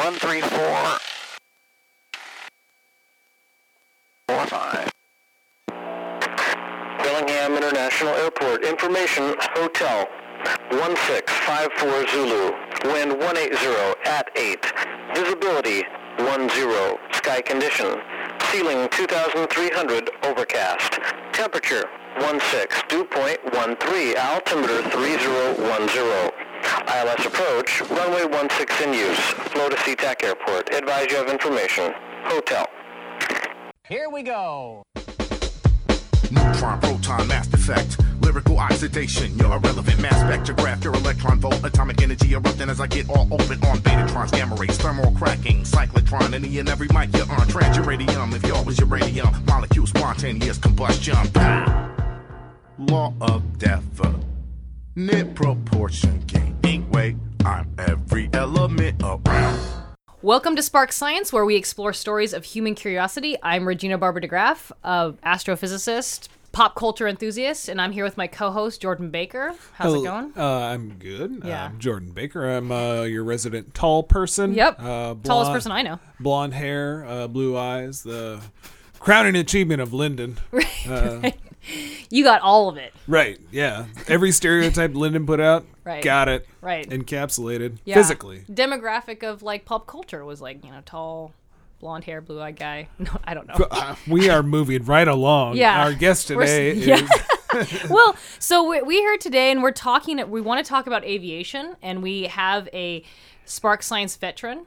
one three four four five. Bellingham International Airport. Information Hotel 1654 Zulu. Wind 180 at 8. Visibility 10. Sky condition. Ceiling 2300 overcast. Temperature 16. Dew point 13. Altimeter 3010. ILS approach. Runway 16 in use. Flow to SeaTac Airport. Advise you of information. Hotel. Here we go. New prime proton mass effect. Lyrical oxidation, your irrelevant mass spectrograph, your electron volt, atomic energy erupting as I get all open on betatrons, gamma rays, thermal cracking, cyclotron, any and every mic you're on, trans uranium, if y'all was uranium, molecules, spontaneous combustion. Pow! Law of definite proportion, gain ink weight, I'm every element around. Welcome to Spark Science, where we explore stories of human curiosity. I'm Regina Barber DeGraff, a astrophysicist, pop culture enthusiast, and I'm here with my co-host Jordan Baker. How's it Hello. going? Uh, I'm good. Yeah. I'm Jordan Baker. I'm uh, your resident tall person. Yep. Uh, blonde, Tallest person I know. Blonde hair, uh, blue eyes, the crowning achievement of Lyndon. You got all of it. right. Yeah. Every stereotype Lyndon put out, Right. got it. Right. Encapsulated Yeah. physically. Demographic of like pop culture was like, you know, tall, blonde hair, blue eyed guy. No, I don't know. Uh, we are moving right along. Yeah. Our guest We're s- today is yeah. well, so we, we here today, and we're talking. We want to talk about aviation, and we have a Spark Science veteran.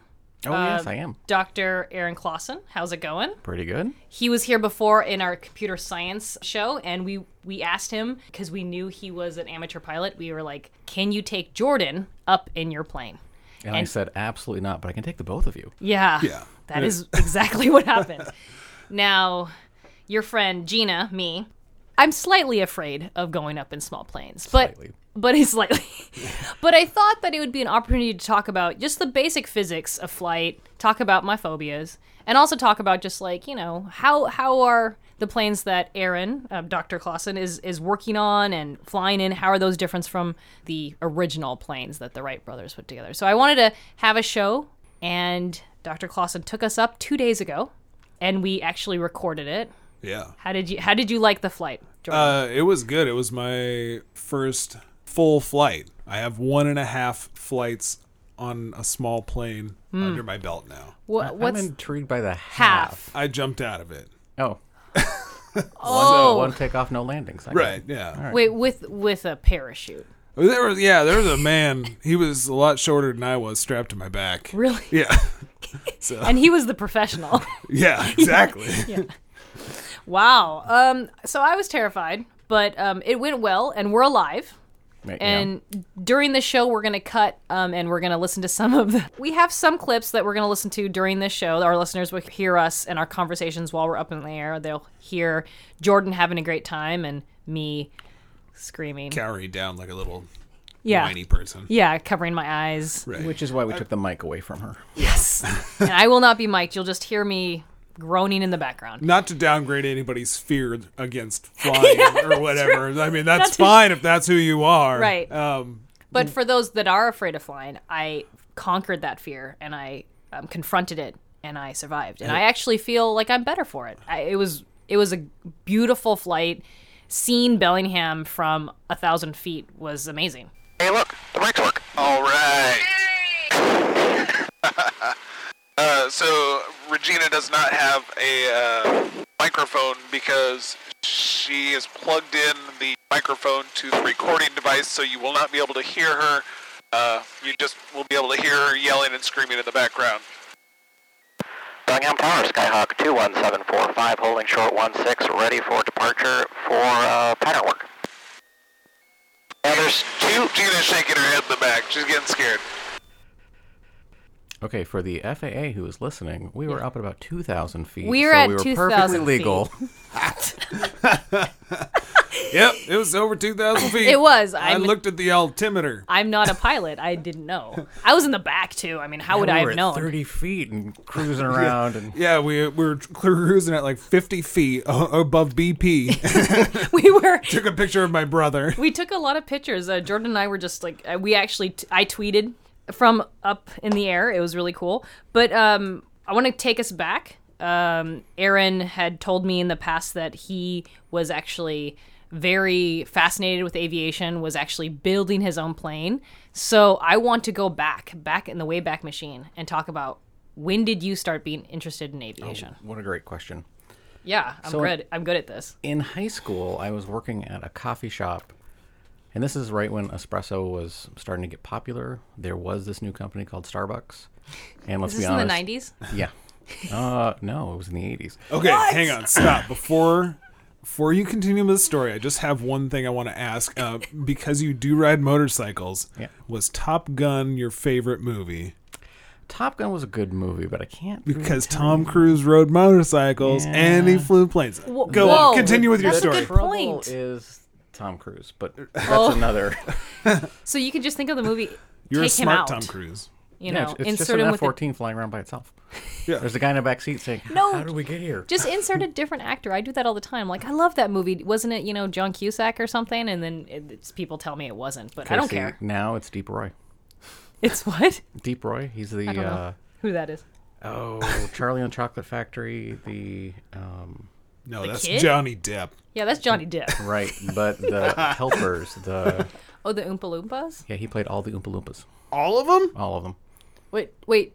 Oh uh, yes, I am. Dr. Aaron Clausen. How's it going? Pretty good. He was here before in our computer science show, and we we asked him because we knew he was an amateur pilot. We were like, "Can you take Jordan up in your plane?" And, I said absolutely not, but I can take the both of you. Yeah. Yeah. That is exactly what happened. now, your friend Gina, me, I'm slightly afraid of going up in small planes, but Slightly. but it's slightly. but I thought that it would be an opportunity to talk about just the basic physics of flight, talk about my phobias, and also talk about just like you know how how are the planes that Aaron, uh, Dr. Clausen, is is working on and flying in. How are those different from the original planes that the Wright brothers put together? So I wanted to have a show, and Dr. Clausen took us up two days ago, and we actually recorded it. yeah. How did you How did you like the flight, Jordan? Uh, it was good. It was my first full flight. I have one and a half flights on a small plane Hmm. under my belt now. Wha- I'm what's intrigued by the half. half? I jumped out of it. Oh. Oh. One, one takeoff, no landings. I got Right. it. Yeah. Wait, with with a parachute. There was yeah. There was a man. He was a lot shorter than I was, strapped to my back. Really? Yeah. And he was the professional. Yeah. Exactly. wow. Um so I was terrified, but um it went well and we're alive. Right, yeah. And during the show we're going to cut um and we're going to listen to some of the We have some clips that we're going to listen to during this show. Our listeners will hear us and our conversations while we're up in the air. They'll hear Jordan having a great time and me screaming. Cowering down like a little yeah. whiny person. Yeah, covering my eyes. Right. Which is why we took the mic away from her. Yes. and I will not be mic'd. You'll just hear me groaning in the background. Not to downgrade anybody's fear against flying or whatever. I mean, that's Not to- fine if that's who you are. Right. Um, Mm. But for those that are afraid of flying, I conquered that fear and I um, confronted it and I survived. And I actually feel like I'm better for it. I, it was it was a beautiful flight. Seeing Bellingham from a thousand feet was amazing. Hey, look, the mic's work. All right. Uh, so Regina does not have a uh, microphone because she is plugged in the microphone to the recording device, so you will not be able to hear her. Uh, you just will be able to hear her yelling and screaming in the background. Bellingham Tower, Skyhawk 21745, holding short 16, ready for departure for uh, pattern work. And there's two. Gina's shaking her head in the back. She's getting scared. Okay, for the FAA who is listening, we were up at about 2,000 feet. We were so at we were 2,000 perfectly legal. yep. It was over two thousand feet. It was. I I'm- looked at the altimeter. I'm not a pilot. I didn't know. I was in the back too. I mean, how would we I were have at known? 30 feet and cruising around. and Yeah, we, we were cruising at like 50 feet o- above BP. We were Took a picture of my brother. We took a lot of pictures. Uh, Jordan and I were just like, uh, we actually, t- I tweeted from up in the air. It was really cool. But um, I want to take us back. Um, Aaron had told me in the past that he was actually very fascinated with aviation, was actually building his own plane. So I want to go back, back in the Wayback Machine, and talk about when did you start being interested in aviation? What a great question. yeah, I'm Oh. so- good. I'm good at this. in high school, I was working at a coffee shop, and this is right when espresso was starting to get popular. There was this new company called Starbucks, and let's Is this be in the honest, '90s? Yeah. Uh, no, it was in the '80s. Okay, hang on, stop. Before before you continue this story, I just have one thing I want to ask. Uh, because you do ride motorcycles, Yeah. was Top Gun your favorite movie? Top Gun was a good movie, but I can't really Because tell Tom Cruise rode motorcycles and he flew planes. Go whoa, on, continue with your that's a story. good you. Trouble point. is Tom Cruise, but that's another. So you can just think of the movie. You're take a smart him out. Tom Cruise. You Yeah, know, it's, it's just insert an him with a F-14 flying around by itself. Yeah. There's a guy in the back seat saying, No, "How did we get here?" Just insert a different actor. I do that all the time. Like, I love that movie. Wasn't it, you know, John Cusack or something? And then it- it's, people tell me it wasn't, but I don't Casey, care. Now it's Deep Roy. It's what? Deep Roy. He's the don't know. uh, Who that is? oh Charlie and the Chocolate Factory. The um, No, that's kid? Johnny Depp. Yeah, that's Johnny Depp. Right, but the helpers, the Oh, the Oompa Loompas? yeah, he played all the Oompa Loompas, All of them? all of them. Wait, wait.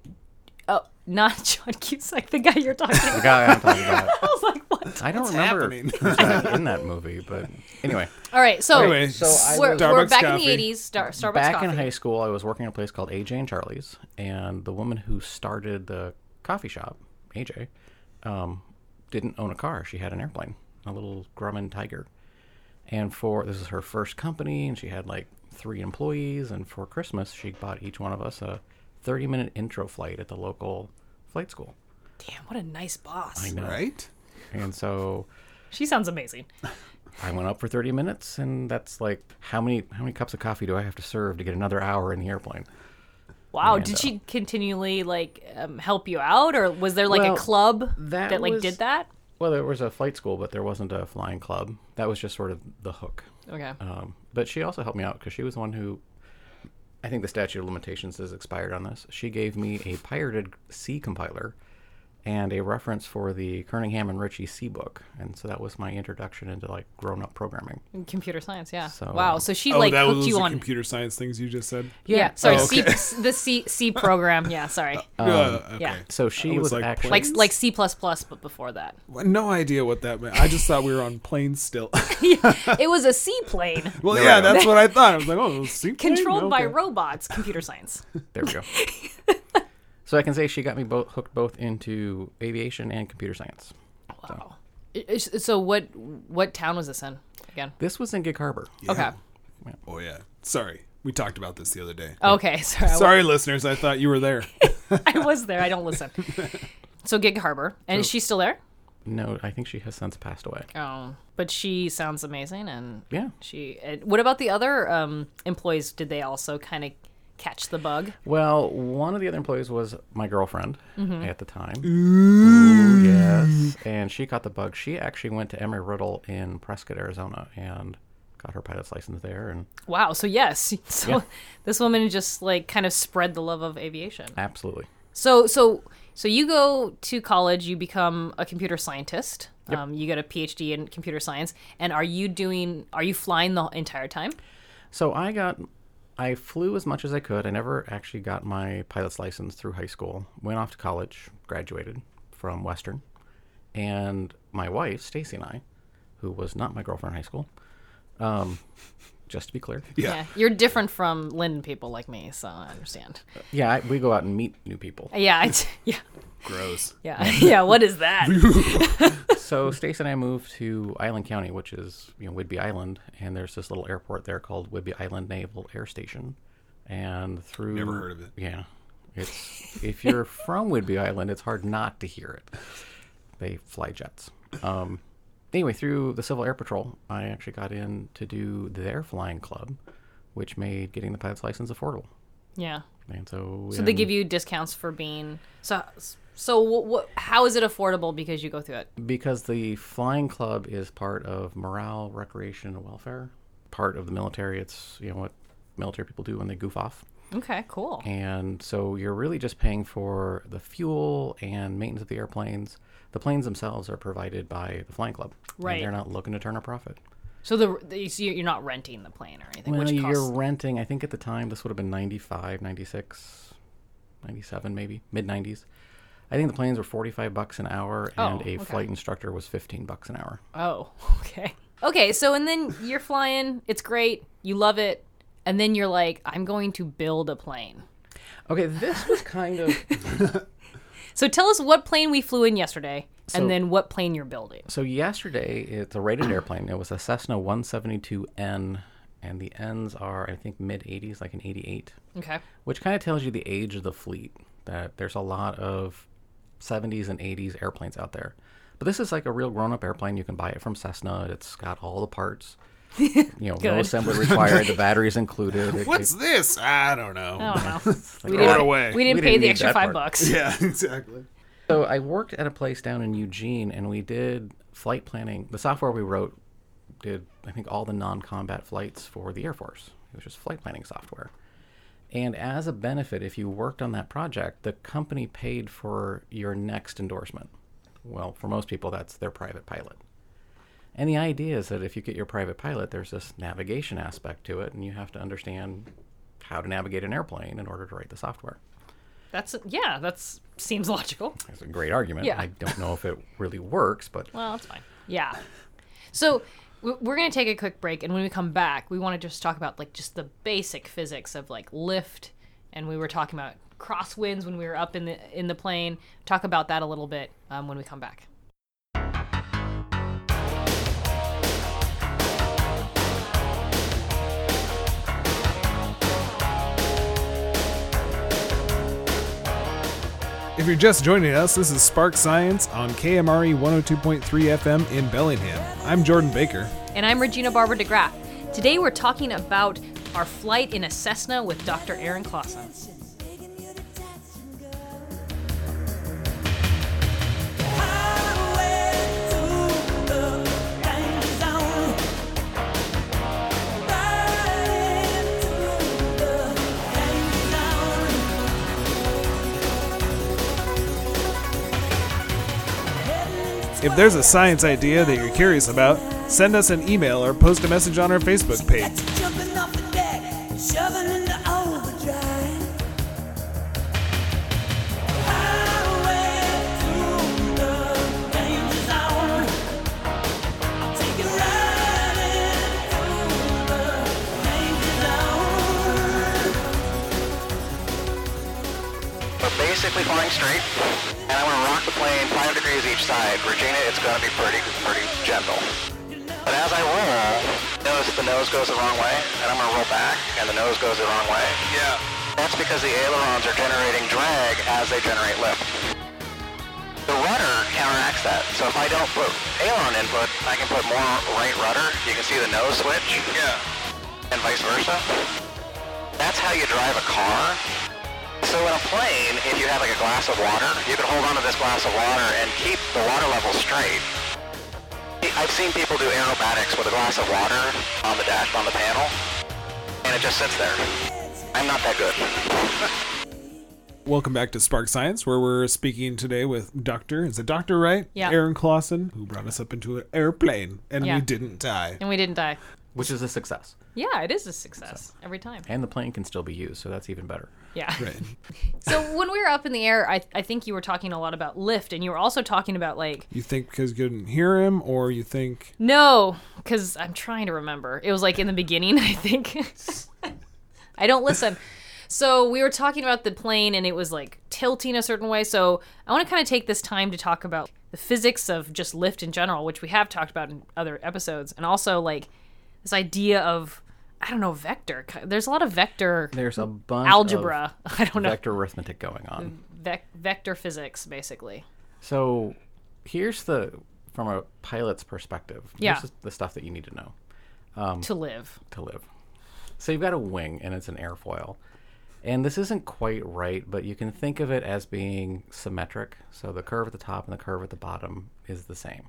Oh, not John Cusack, the guy you're talking The about. guy I'm talking about. I was like, what? I don't remember happening? Cusack in that movie, but anyway, All right, so we're, Anyway, we're Starbucks back in coffee. the 80s, Star- Starbucks back coffee. in high school, I was working at a place called AJ and Charlie's, and the woman who started the coffee shop, AJ, um, didn't own a car. She had an airplane, a little Grumman Tiger, and for this is her first company, and she had like three employees, and for Christmas, she bought each one of us a 30-minute intro flight at the local flight school. Damn, what a nice boss. I know. Right? And so She sounds amazing. I went up for 30 minutes, and that's like how many how many cups of coffee do I have to serve to get another hour in the airplane? Wow, did she continually, like, um, help you out? Or was there, like, Well, a club that that, like, was- did that? Well, there was a flight school, but there wasn't a flying club. That was just sort of the hook. Okay. Um, but she also helped me out because she was the one who, I think the statute of limitations has expired on this. She gave me a pirated C compiler and a reference for the Kerningham and Ritchie C book, and so that was my introduction into like grown up programming. computer science yeah So, wow um, so she Oh, like that hooked was you the on computer science things you just said. yeah, sorry Oh, C- c the c c program yeah sorry Uh, okay. yeah So she I was was, like, actually like like c++ but before that No idea what that meant. I just thought we were on planes still. it was a seaplane well, yeah, that's what I thought. I was like, oh, sea plane? controlled by Okay. robots computer science There we go. so I can say she got me both hooked both into aviation and computer science. Oh. wow I- I- so what what town was this in again This was in Gig Harbor. okay Oh yeah. Sorry. We talked about this the other day. okay sorry, I wa- Sorry listeners, I thought you were there. I, was there i don't listen so gig harbor and is she still there No, I think she has since passed away. um but she sounds amazing and Yeah. she and what about the other um employees did they also kind of catch the bug Well, one of the other employees was my girlfriend at the time. Ooh, yes. And she caught the bug. She actually went to Emory Riddle in Prescott, Arizona, and got her pilot's license there. And Wow. So yes, so Yeah. this woman just like kind of spread the love of aviation. absolutely, So so so you go to college, you become a computer scientist. Um, you get a PhD in computer science, and are you doing? Are you flying the entire time? So I got, I flew as much as I could. I never actually got my pilot's license through high school. Went off to college, graduated from Western, and my wife Stacy and I, who was not my girlfriend in high school, um, just to be clear, Yeah. You're different from Linden people like me, so I understand. yeah, I, we go out and meet new people. Yeah, I, yeah, Gross. yeah, yeah. What is that? Hmm. So Stacy and I moved to Island County, which is you know Whidbey Island, and there's this little airport there called Whidbey Island Naval Air Station, and through Never heard of it. Yeah, it's if you're from Whidbey Island, it's hard not to hear it. They fly jets. Um, anyway, through the Civil Air Patrol, I actually got in to do their flying club, which made getting the pilot's license affordable. yeah. And so, So they give you discounts for being so. So what, what, how is it affordable because you go through it? because the flying club is part of morale, recreation, and welfare, part of the military. It's you know what military people do when they goof off. Okay, cool. And so you're really just paying for the fuel and maintenance of the airplanes. The planes themselves are provided by the flying club. and Right. they're not looking to turn a profit. So the, the so you're not renting the plane or anything, Well, which you're costs renting, I think at the time, this would have been 95, 96, 97 maybe, mid 90s. I think the planes were 45 bucks an hour and Oh, a okay. flight instructor was 15 bucks an hour. Oh, okay. Okay, so and then you're flying, it's great, you love it, and then you're like, I'm going to build a plane. Okay, this was kind of So tell us what plane we flew in yesterday, So- and then what plane you're building. So yesterday, it's a rated airplane. It was a Cessna 172N, and the N's are I think mid 80s, like an 88, Okay. which kind of tells you the age of the fleet. That there's a lot of 70s and 80s airplanes out there, but this is like a real grown-up airplane. You can buy it from Cessna. It's got all the parts. You know, no Good. assembly required. The batteries included. It- What's this? I don't know. I don't know. we, Throw it didn't, away. we didn't We pay didn't the need extra that five part. bucks. yeah, exactly. So I worked at a place down in Eugene, and we did flight planning. The software we wrote did, I think, all the non-combat flights for the Air Force. It was just flight planning software. And as a benefit, if you worked on that project, the company paid for your next endorsement. Well, for most people, that's their private pilot. And the idea is that if you get your private pilot, there's this navigation aspect to it, and you have to understand how to navigate an airplane in order to write the software. That's yeah, that's seems logical. It's a great argument. Yeah. I don't know if it really works, but Well, that's fine. Yeah. So w- we're going to take a quick break, and when we come back, we want to just talk about like just the basic physics of like lift, and we were talking about crosswinds when we were up in the in the plane. Talk about that a little bit um, when we come back. If you're just joining us, this is Spark Science on KMRE 102.3 FM in Bellingham. I'm Jordan Baker. And I'm Regina Barber DeGraff. Today we're talking about our flight in a Cessna with Dr. Aaron Clausen. If there's a science idea that you're curious about, send us an email or post a message on our Facebook page. Jumping off the deck, shoving into overdrive. Highway to the danger zone. I'm taking right into the danger zone. We're basically flying straight, and I'm gonna rock the plane five degrees each side. Regina, it's gonna be pretty, pretty gentle. But as I roll, notice the nose goes the wrong way, and I'm gonna roll back, and the nose goes the wrong way. Yeah. That's because the ailerons are generating drag as they generate lift. The rudder counteracts that, so if I don't put aileron input, I can put more right rudder. You can see the nose switch Yeah. and vice versa. That's how you drive a car. So in a plane, if you have like a glass of water, you can hold onto this glass of water and keep the water level straight. I've seen people do aerobatics with a glass of water on the dash on the panel, and it just sits there. I'm not that good. Welcome back to Spark Science, where we're speaking today with Doctor. Is it Doctor, right? Yeah. Aaron Clausen, who brought us up into an airplane, and Yeah. we didn't die. And we didn't die. which is a success. Yeah, it is a success every time. And the plane can still be used, so that's even better. Yeah. Right. So when we were up in the air, I, I think you were talking a lot about lift, and you were also talking about like You think because you couldn't hear him, or you think no, because I'm trying to remember. It was like in the beginning, I think. I don't listen. So we were talking about the plane, and it was like tilting a certain way. So I want to kind of take this time to talk about the physics of just lift in general, which we have talked about in other episodes, and also like this idea of I don't know vector. There's a lot of vector There's a bunch algebra. I don't of know Mm. vector arithmetic going on. vec- vector physics basically. So here's the from a pilot's perspective. Yeah. Here's the stuff that you need to know Um, to live. to live. So you've got a wing and it's an airfoil. And this isn't quite right, but you can think of it as being symmetric. So the curve at the top and the curve at the bottom is the same.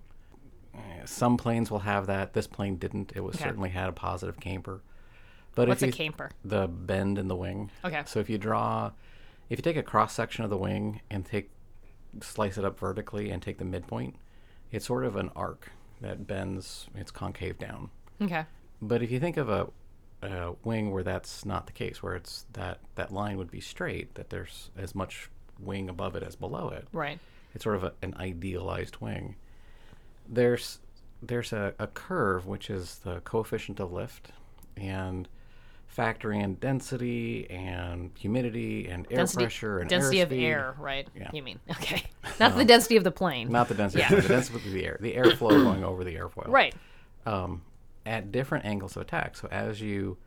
Eh, Some planes will have that. This plane didn't. It was Okay. certainly had a positive camber. But What's if a you, camper? The bend in the wing. Okay. So if you draw, if you take a cross section of the wing and take, slice it up vertically and take the midpoint, it's sort of an arc that bends. It's concave down. Okay. But if you think of a, a wing where that's not the case, where it's that that line would be straight, that there's as much wing above it as below it. Right. It's sort of a, an idealized wing. There's there's a, a curve which is the coefficient of lift, and factoring in density and humidity and air Density, pressure and density of airspeed. air, right? Yeah. You mean okay? Not the density of the plane. Not the density, Yeah. the density of the air, the airflow going over the airfoil. right. um, at different angles of attack. So as you,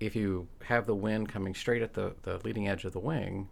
if you have the wind coming straight at the, the leading edge of the wing,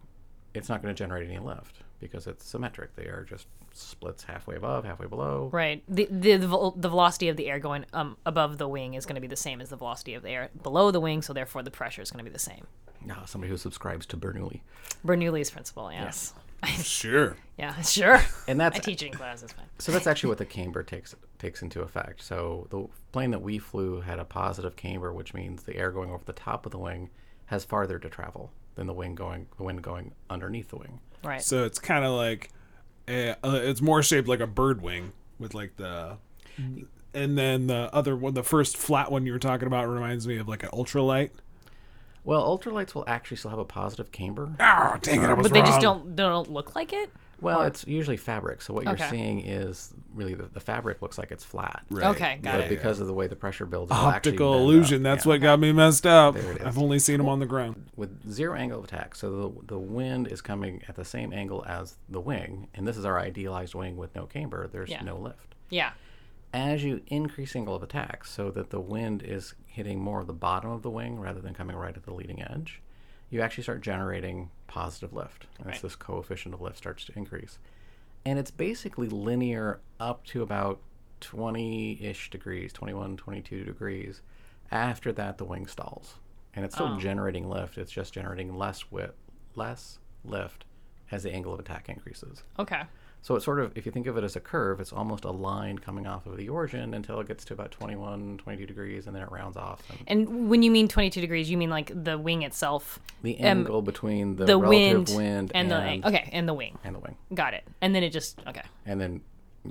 it's not going to generate any lift because it's symmetric. They are just splits halfway above, halfway below. Right. The, the the vel- the velocity of the air going um above the wing is going to be the same as the velocity of the air below the wing, so therefore the pressure is going to be the same. Ah, somebody who subscribes to Bernoulli, Bernoulli's principle. Yes. Sure. Yeah. Sure. and I that's teach it in class. It's fine. so that's actually what the camber takes takes into effect. So the plane that we flew had a positive camber, which means the air going over the top of the wing has farther to travel than the wing going the wind going underneath the wing. Right. So it's kind of like, a, uh, it's more shaped like a bird wing with like the, and then the other one, the first flat one you were talking about, reminds me of like an ultralight. Well, ultralights will actually still have a positive camber. Oh, dang it! I was but they just wrong. don't don't look like it. Well, it's usually fabric. So what you're Okay. seeing is really the, the fabric looks like it's flat. Right. Okay. Got But it. because of the way the pressure builds, it'll actually Optical bend up. illusion. That's what got me messed up. it is. I've only seen them on the ground. with zero angle of attack. So the the wind is coming at the same angle as the wing, and this is our idealized wing with no camber. There's Yeah. no lift. Yeah. As you increase angle of attack, so that the wind is hitting more of the bottom of the wing rather than coming right at the leading edge, you actually start generating positive lift. As Right. this coefficient of lift starts to increase. and it's basically linear up to about 20-ish degrees 21 22 degrees after that the wing stalls and it's still generating lift it's just generating less wi- less lift as the angle of attack increases Okay. so it's sort of if you think of it as a curve it's almost a line coming off of the origin until it gets to about 21 22 degrees and then it rounds off and And when you mean 22 degrees, you mean like the wing itself, the Um, angle between the, the relative wind, wind, and and, the okay, and the wing. and the wing Got it. And then it just okay and then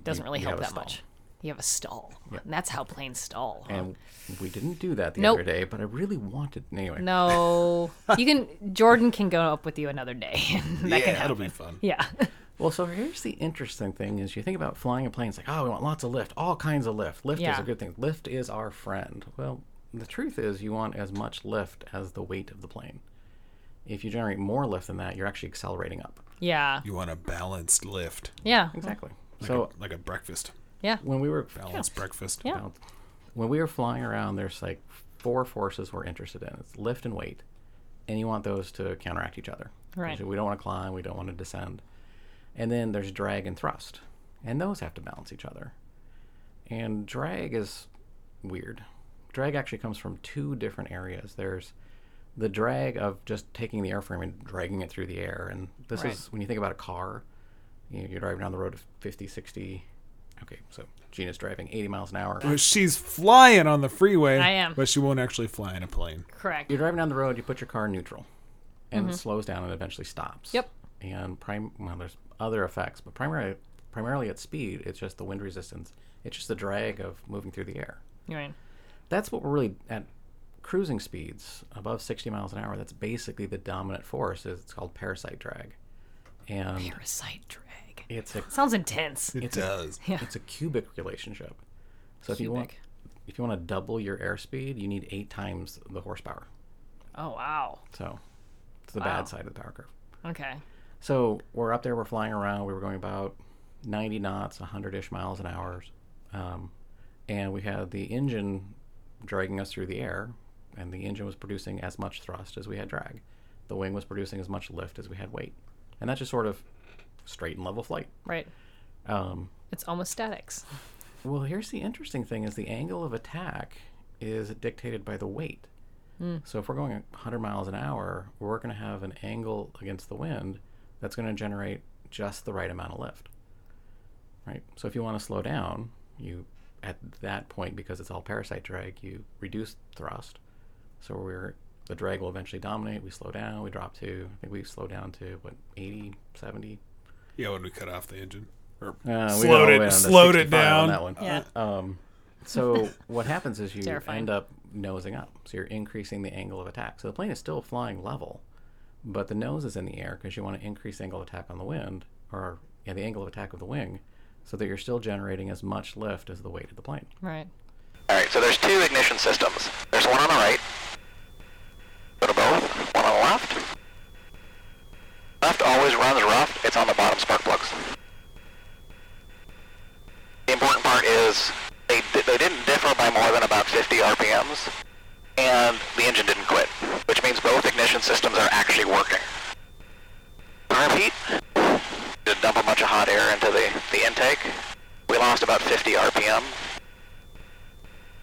doesn't you- really you help have a that stall. much. You have a stall, and that's how planes stall. huh? and we didn't do that the Nope. other day but i really wanted anyway No, you can. Jordan can go up with you another day. that yeah, can that'll happen. be fun. Yeah. Well, so here's the interesting thing is you think about flying a plane, it's like, oh, we want lots of lift, all kinds of lift. Lift is Yeah. a good thing. Lift is our friend. Well, the truth is you want as much lift as the weight of the plane. If you generate more lift than that, you're actually accelerating up. Yeah. You want a balanced lift, Yeah. Exactly. So like a breakfast, Yeah. when we were balanced breakfast. Yeah. when we were flying around, there's like four forces we're interested in. It's lift and weight, and you want those to counteract each other. Right. So we don't want to climb. We don't want to descend. And then there's drag and thrust, and those have to balance each other. And drag is weird. Drag actually comes from two different areas. There's the drag of just taking the airframe and dragging it through the air, and this Right. is when you think about a car. You know, you're driving down the road at 50, 60. Okay, so Gina's driving 80 miles an hour. But she's flying on the freeway. I am. But she won't actually fly in a plane. Correct. you're driving down the road, you put your car in neutral, and it slows down and eventually stops. Mm-hmm. Yep. And prim- well, there's other effects, but primarily, primarily at speed, it's just the wind resistance. It's just the drag of moving through the air. You're right. That's what we're really at cruising speeds above 60 miles an hour. That's basically the dominant force. Is it's called parasite drag, and Parasite drag. it's a Sounds intense. It does. it's a cubic relationship. So if you want Cubic. if you want to double your airspeed, you need eight times the horsepower. Oh wow. So it's the Wow. bad side of the power curve. Okay. So we're up there, we're flying around. We were going about 90 knots, 100 ish miles an hour. Um, and we had the engine dragging us through the air, and the engine was producing as much thrust as we had drag. The wing was producing as much lift as we had weight. And that's just sort of straight and level flight. Right. Um, It's almost statics. well, here's the interesting thing is the angle of attack is dictated by the weight. So if we're going 100 miles an hour, we're going to have an angle against the wind that's going to generate just the right amount of lift. Right? So if you want to slow down, you at that point because it's all parasite drag, you reduce thrust, So we're the drag will eventually dominate. We slow down. We drop to I think we slow down to what 80, 70. Yeah, when we cut off the engine. Or Uh, Slowed we go it- way down to slowed it 65 down. on that one. Yeah. Um, so what happens is you Terrifying. end up nosing up. So you're increasing the angle of attack. So the plane is still flying level, but the nose is in the air because you want to increase the angle of attack on the wind or yeah, the angle of attack of the wing, so that you're still generating as much lift as the weight of the plane. Right. All right, so there's two ignition systems. There's one on the right. Go to both. One on the left. Left always runs rough. It's on the bottom spark plugs. The important part is they, di- they didn't differ by more than about 50 RPMs, and the engine didn't quit, which means both ignition systems are actually working. I repeat, to dump a bunch of hot air into the, the intake. We lost about 50 RPM,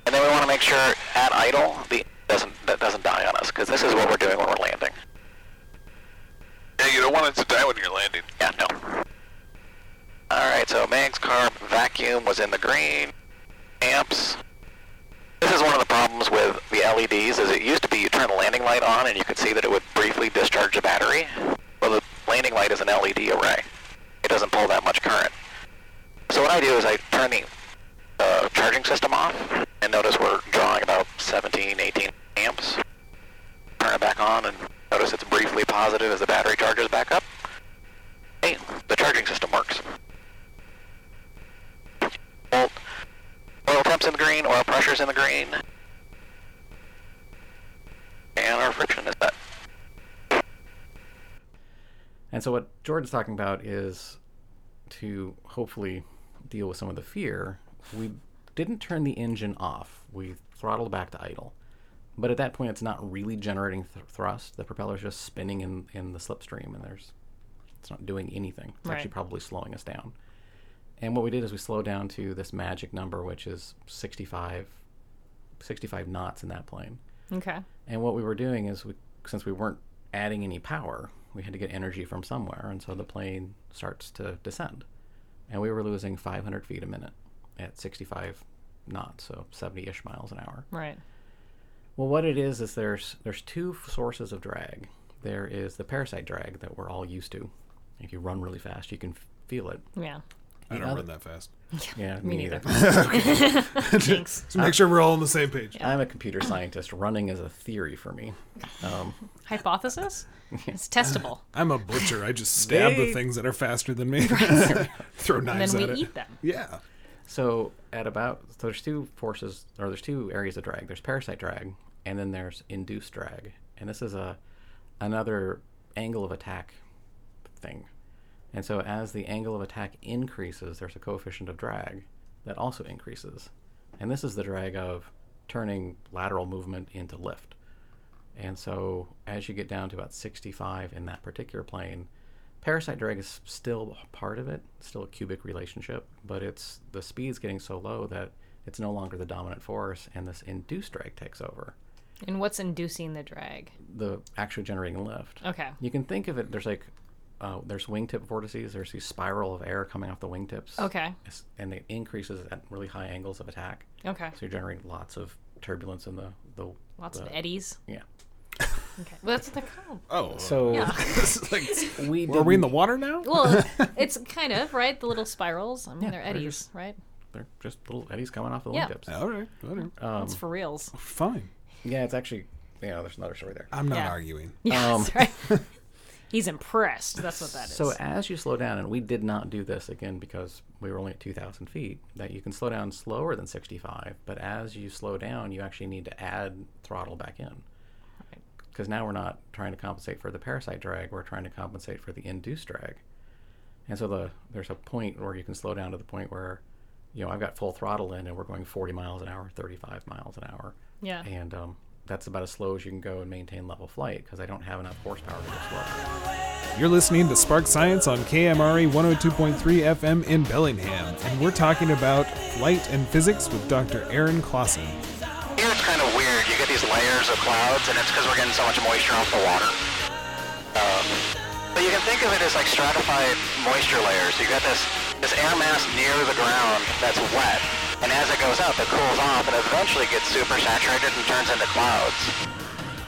and then we want to make sure at idle the doesn't that doesn't die on us because this is what we're doing when we're landing. Yeah, you don't want it to die when you're landing. Yeah, no. All right, so Meg's carb vacuum was in the green. Amps. This is one of the problems with the LEDs. Is it used to be you turn the landing light on and you could see that it would briefly discharge the battery. Well, the landing light is an LED array. It doesn't pull that much current. So what I do is I turn the uh, charging system off, and notice we're drawing about 17, 18 amps. Turn it back on, and notice it's briefly positive as the battery charges back up. Hey, the charging system works. Well, oil temps in the green, oil pressure's in the green, and our friction is set. And so what Jordan's talking about is to hopefully deal with some of the fear. We didn't turn the engine off. We throttled back to idle. But at that point, it's not really generating th- thrust. The propeller's just spinning in, in the slipstream, and there's it's not doing anything. It's actually Right. probably slowing us down. And what we did is we slowed down to this magic number, which is 65, 65 knots in that plane. Okay. And what we were doing is, we, since we weren't adding any power, we had to get energy from somewhere, and so the plane starts to descend. And we were losing 500 feet a minute at 65 knots, so 70-ish miles an hour. Right. Well, what it is is there's there's two f- sources of drag. There is the parasite drag that we're all used to. If you run really fast, you can f- feel it. Yeah. I don't run that fast. Yeah, me, neither. Jinx. So make sure we're all on the same page. I'm a computer scientist. Running is a theory for me. Hypothesis? It's testable. I'm a butcher. I just stab the They- things that are faster than me. Throw And knives then we at it. eat them. Yeah. So at about so there's two forces or there's two areas of drag. There's parasite drag and then there's induced drag. And this is a another angle of attack thing. And so as the angle of attack increases, there's a coefficient of drag that also increases. And this is the drag of turning lateral movement into lift. And so as you get down to about 65 in that particular plane, parasite drag is still part of it, still a cubic relationship, but it's the speed's getting so low that it's no longer the dominant force and this induced drag takes over. And what's inducing the drag? The actual generating lift. Okay. You can think of it there's like uh, there's wingtip vortices, there's these spiral of air coming off the wingtips. Okay. It's- And it increases at really high angles of attack. Okay. So you're generating lots of turbulence in the, the Lots the, of eddies. Yeah. Okay. Well, Uh, that's what they're called. Oh. So it's like, we did are we in the water now? Well, it's kind of, right? The little spirals. I mean, they're eddies, right? they're just little eddies coming off the Yeah. wingtips. All right. Whatever. That's for reals. Fine. Yeah, it's actually you know, there's another story there. I'm not Yeah. arguing. Yeah, that's right. He's impressed. That's what that is. So as you slow down, and we did not do this again because we were only at 2,000 feet, that you can slow down slower than 65, but as you slow down, you actually need to add throttle back in. Because now we're not trying to compensate for the parasite drag, we're trying to compensate for the induced drag. And so the there's a point where you can slow down to the point where, you know, I've got full throttle in and we're going 40 miles an hour, 35 miles an hour. Yeah. And um, that's about as slow as you can go and maintain level flight because I don't have enough horsepower to go slow. You're listening to Spark Science on KMRE 102.3 FM in Bellingham, and we're talking about flight and physics with Dr. Aaron Clausen. Here it's kind of weird. You get these layers of clouds, and it's because we're getting so much moisture off the water. Um, but you can think of it as like stratified moisture layers. You got this this air mass near the ground that's wet, and as it goes up, it cools off, and eventually gets super saturated and turns into clouds.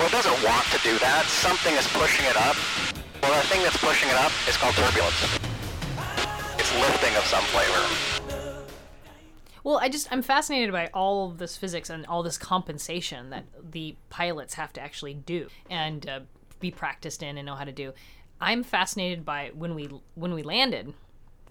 It doesn't want to do that. Something is pushing it up. Well, the thing that's pushing it up is called turbulence. It's lifting of some flavor. Well, I just I'm fascinated by all of this physics and all this compensation that the pilots have to actually do and uh, be practiced in and know how to do. I'm fascinated by when we when we landed.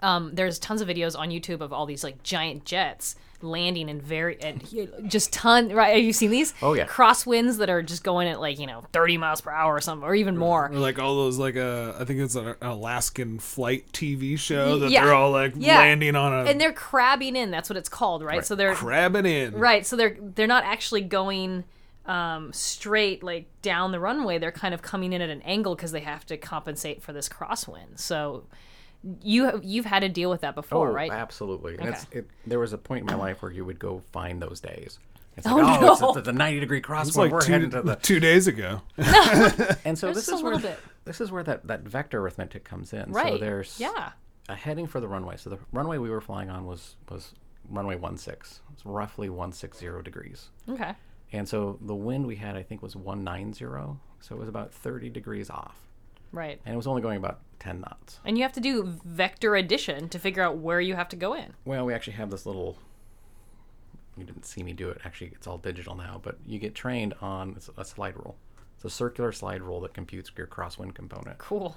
Um, there's tons of videos on YouTube of all these like giant jets landing in very and just ton right. Have you seen these? Oh, yeah. crosswinds that are just going at like you know 30 miles per hour or something, or even more. Or like all those like uh, I think it's an Alaskan flight TV show that Yeah. they're all like Yeah. landing on a And they're crabbing in. That's what it's called, right? So they're crabbing in. Right. So they're they're not actually going um, straight like down the runway. They're kind of coming in at an angle because they have to compensate for this crosswind. So you you've had to deal with that before, right? Oh, absolutely. And it's, it, there was a point in my life where you would go find those days. It's Oh, like, oh, no. it's at the, the 90 degree It's crosswind. like We're two, heading to the two days ago. And so There's this just is a where little bit. this is where that, that vector arithmetic comes in. So Right. there's Yeah. a heading for the runway. So the runway we were flying on was was runway 16. It's roughly 160 degrees. Okay. And so the wind we had I think was 190. So it was about 30 degrees off. Right. And it was only going about 10 knots. And you have to do vector addition to figure out where you have to go in. Well, we actually have this little. You didn't see me do it. Actually, it's all digital now, but you get trained on it's a slide rule. It's a circular slide rule that computes your crosswind component. Cool.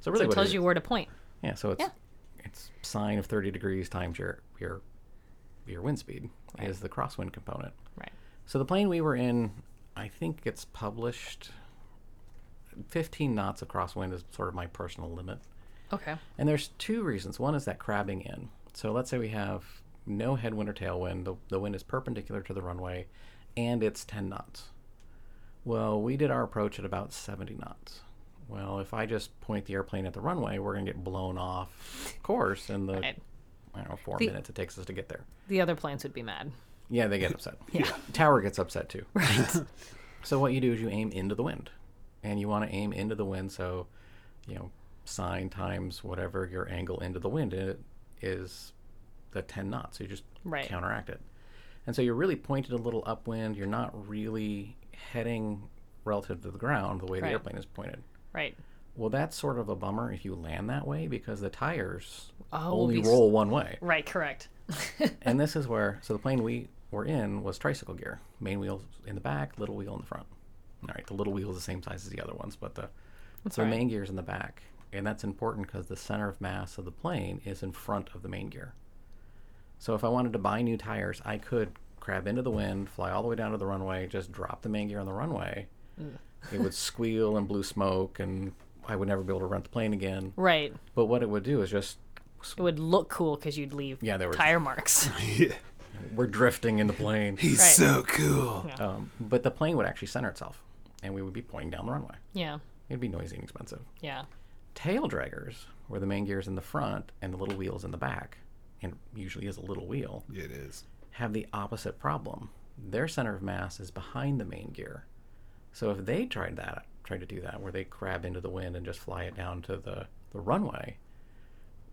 So So really, it what tells is, you where to point. Yeah, so it's it's sine of thirty degrees times your your your wind speed is the crosswind component. Right. So the plane we were in, I think it's published. Fifteen knots of crosswind is sort of my personal limit, Okay. and there's two reasons. One is that crabbing in. So let's say we have no headwind or tailwind. The the wind is perpendicular to the runway, and it's ten knots. Well, we did our approach at about seventy knots. Well, if I just point the airplane at the runway, we're gonna get blown off course in the Right. I don't know four The- minutes it takes us to get there. The other planes would be mad. Yeah, they get upset. yeah. Tower gets upset too. Right. so what you do is you aim into the wind. And you want to aim into the wind so, you know, sine times whatever your angle into the wind i- is the 10 knots. So you just Right. counteract it. And so you're really pointed a little upwind. You're not really heading relative to the ground the way Right. the airplane is pointed. Right. Well, that's sort of a bummer if you land that way because the tires Oh, will only be s- roll one way. Right. Correct. And this is where, so the plane we were in was tricycle gear. Main wheel in the back, little wheel in the front. All right, the little wheel is the same size as the other ones, but the so the right. main gear is in the back, and that's important because the center of mass of the plane is in front of the main gear. So if I wanted to buy new tires, I could crab into the wind, fly all the way down to the runway, just drop the main gear on the runway. It would squeal and blew smoke, and I would never be able to rent the plane again. Right. But what it would do is just It would look cool because you'd leave Yeah, there was- tire marks. we're drifting in the plane. He's Right. so cool. But the plane would actually center itself, and we would be pointing down the runway. yeah. It'd be noisy and expensive. Yeah. Tail draggers, where the main gear's in the front and the little wheel's in the back, and usually is a little wheel, It is. have the opposite problem. Their center of mass is behind the main gear. So if they tried that, tried to do that, where they crab into the wind and just fly it down to the, the runway,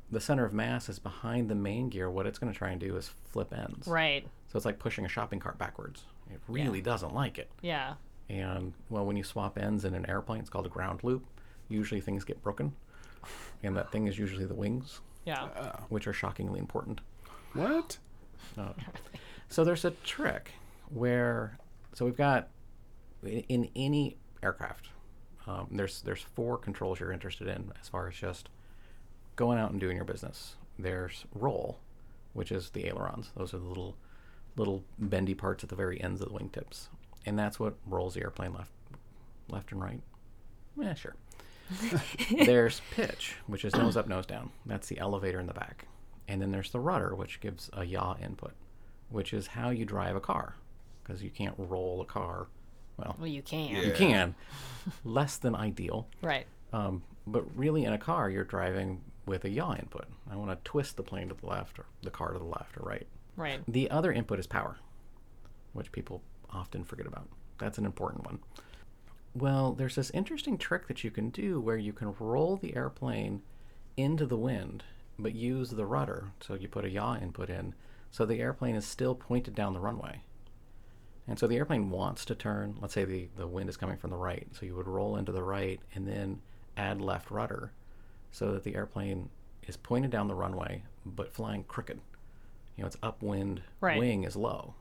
the center of mass is behind the main gear. What it's going to try and do is flip ends. Right. So it's like pushing a shopping cart backwards. It really doesn't like it. Yeah. And well, when you swap ends in an airplane, it's called a ground loop. Usually things get broken, and that thing is usually the wings, Yeah. which are shockingly important. What? So there's a trick where, so we've got in, in any aircraft, um, there's there's four controls you're interested in as far as just going out and doing your business. There's roll, which is the ailerons. Those are the little little bendy parts at the very ends of the wingtips, and that's what rolls the airplane left left and right. Yeah, sure. there's pitch, which is nose up, nose down. That's the elevator in the back. And then there's the rudder, which gives a yaw input, which is how you drive a car, because you can't roll a car. Well, Well, you can. you can. Less than ideal. Right. Um, but really, in a car, you're driving with a yaw input. I want to twist the plane to the left or the car to the left or right. Right. The other input is power, which people often forget about. That's an important one. Well, there's this interesting trick that you can do where you can roll the airplane into the wind, but use the rudder. So you put a yaw input in, so the airplane is still pointed down the runway. And so the airplane wants to turn. Let's say the, the wind is coming from the right. So you would roll into the right and then add left rudder so that the airplane is pointed down the runway but flying crooked. You know, its upwind Right. wing is low.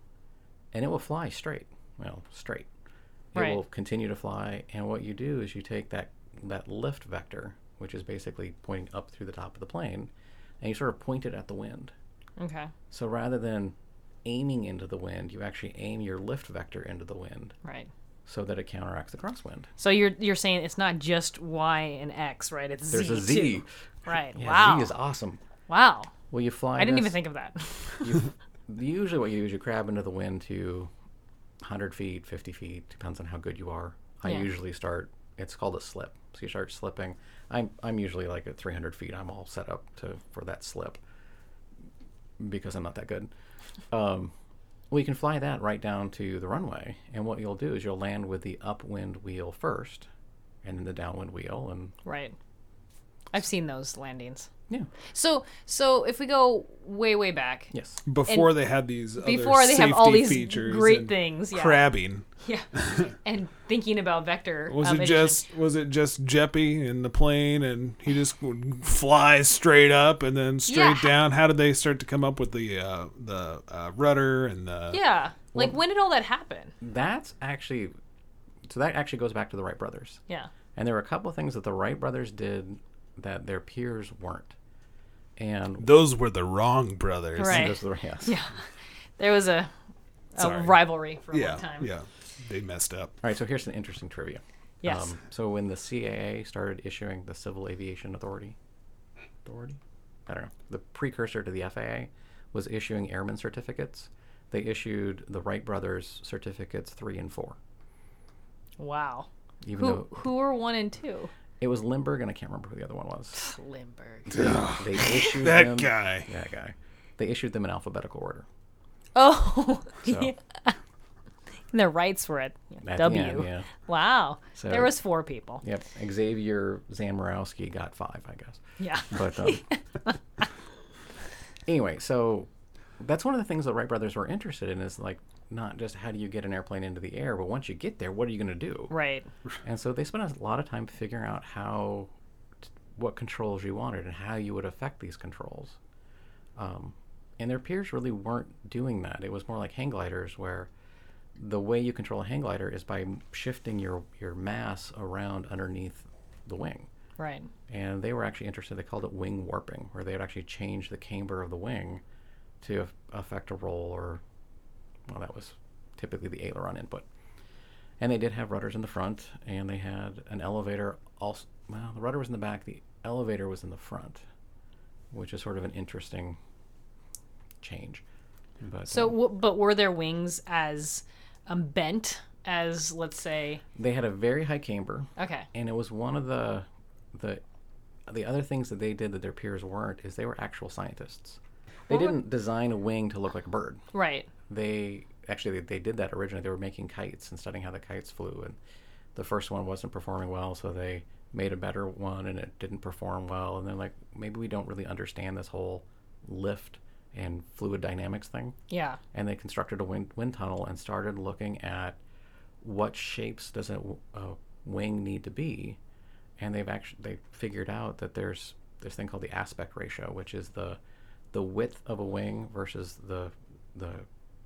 And it will fly straight. Well, straight. It Right. will continue to fly. And what you do is you take that, that lift vector, which is basically pointing up through the top of the plane, and you sort of point it at the wind. Okay. So rather than aiming into the wind, you actually aim your lift vector into the wind Right. so that it counteracts the crosswind. So you're you're saying it's not just Y and X, right? It's There's Z. a Z. too. Right. Yeah, wow. Z is awesome. wow. Well, you I fly. didn't this- even think of that. Usually, what you do is you crab into the wind to 100 feet, 50 feet, depends on how good you are. I Yeah. usually start. It's called a slip. So you start slipping. I'm I'm usually like at 300 feet. I'm all set up to for that slip because I'm not that good. Um, well, you can fly that right down to the runway, and what you'll do is you'll land with the upwind wheel first, and then the downwind wheel, and Right. I've seen those landings. yeah, So so if we go way way back, yes, Before they had these other before they have all safety these features great and things, yeah. Crabbing. yeah, and thinking about vector. Was um, it addition. just was it just Jeppy in the plane and he just would fly straight up and then straight Yeah. down? How did they start to come up with the uh, the uh, rudder and the yeah? Like when did all that happen? that's actually so that actually goes back to the Wright brothers. Yeah. And there were a couple of things that the Wright brothers did that their peers weren't. And those were the wrong brothers. Right. those were- yes. Yeah. There was a, a Sorry. rivalry for a Yeah, long time. yeah, they messed up. All right, so here's some interesting trivia. Um, Yes. so when the CAA started issuing the Civil Aviation Authority, authority, I don't know, the precursor to the FAA was issuing airman certificates. They issued the Wright brothers certificates three and four, Wow. even Who though who were one and two? it was Lindbergh and I can't remember who the other one was. Limburg. They issued That them, guy. That guy. They issued them in alphabetical order. Oh, So yeah. and their rights were at, at W. the end, yeah. Wow. So- there was four people. Yep. Xavier Zamorowski got five, I guess. Yeah. But um, anyway, so that's one of the things the Wright brothers were interested in is like not just how do you get an airplane into the air, but once you get there, what are you going to do? Right. And so they spent a lot of time figuring out how, what controls you wanted and how you would affect these controls. Um, and their peers really weren't doing that. It was more like hang gliders, where the way you control a hang glider is by shifting your, your mass around underneath the wing. Right. And they were actually interested, they called it wing warping, where they would actually change the camber of the wing to aff- affect a roll or, well, that was typically the aileron input. And they did have rudders in the front, and they had an elevator. Also, well, the rudder was in the back. The elevator was in the front, which is sort of an interesting change. But um, So, w- but were their wings as um, bent as, let's say, they had a very high camber, okay, and it was one of the the the other things that they did that their peers weren't is they were actual scientists. They didn't design a wing to look like a bird. right, they actually they, they did that originally they were making kites and studying how the kites flew and the first one wasn't performing well so they made a better one and it didn't perform well and they're like maybe we don't really understand this whole lift and fluid dynamics thing yeah, and they constructed a wind, wind tunnel and started looking at what shapes does a, w- a wing need to be and they've actually they figured out that there's this thing called the aspect ratio which is the the width of a wing versus the the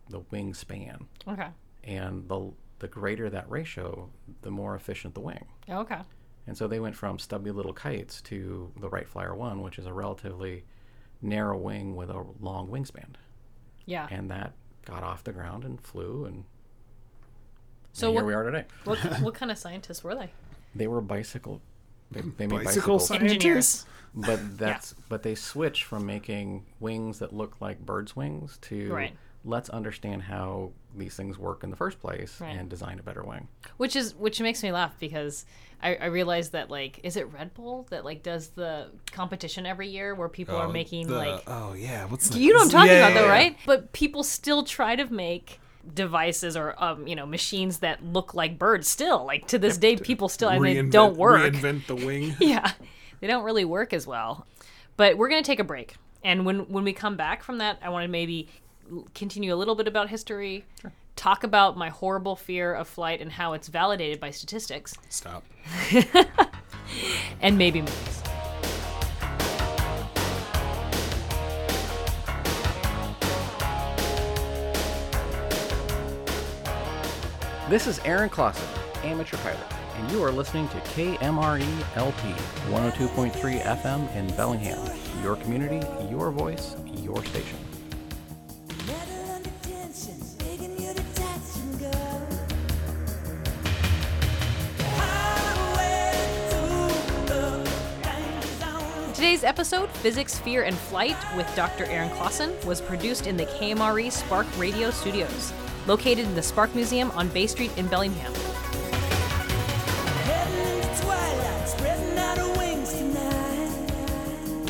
the wing span okay, and the the greater that ratio the more efficient the wing okay, and so they went from stubby little kites to the Wright Flyer 1 which is a relatively narrow wing with a long wingspan yeah. and that got off the ground and flew and so, here what, we are today what what kind of scientists were they? they were bicycle they, they made Bicycle bicycles science? Engineers. but that's but they switched from making wings that look like birds wings to Right. let's understand how these things work in the first place Right. and design a better wing which is which makes me laugh because I, I realized that like is it Red Bull that like does the competition every year where people are making The- like oh yeah, what's the, you know what I'm talking Yeah, about yeah, though yeah. right but people still try to make devices or um, you know machines that look like birds still like to this day people still and they Reinvent- don't work Reinvent the wing. yeah they don't really work as well but we're going to take a break and when when we come back from that i want to maybe l- continue a little bit about history talk about my horrible fear of flight and how it's validated by statistics Stop. and maybe movies. This is Aaron Clausen, amateur pilot, and you are listening to KMRE LP 102.3 FM in Bellingham. Your community, your voice, your station. Metal under tension, begging you to touch and go. Highway to the danger zone. Today's episode, Physics, Fear, and Flight, with Dr. Aaron Clausen, was produced in the KMRE E Spark Radio Studios, located in the Spark Museum on Bay Street in Bellingham. Heading into twilight, spreading out her wings tonight.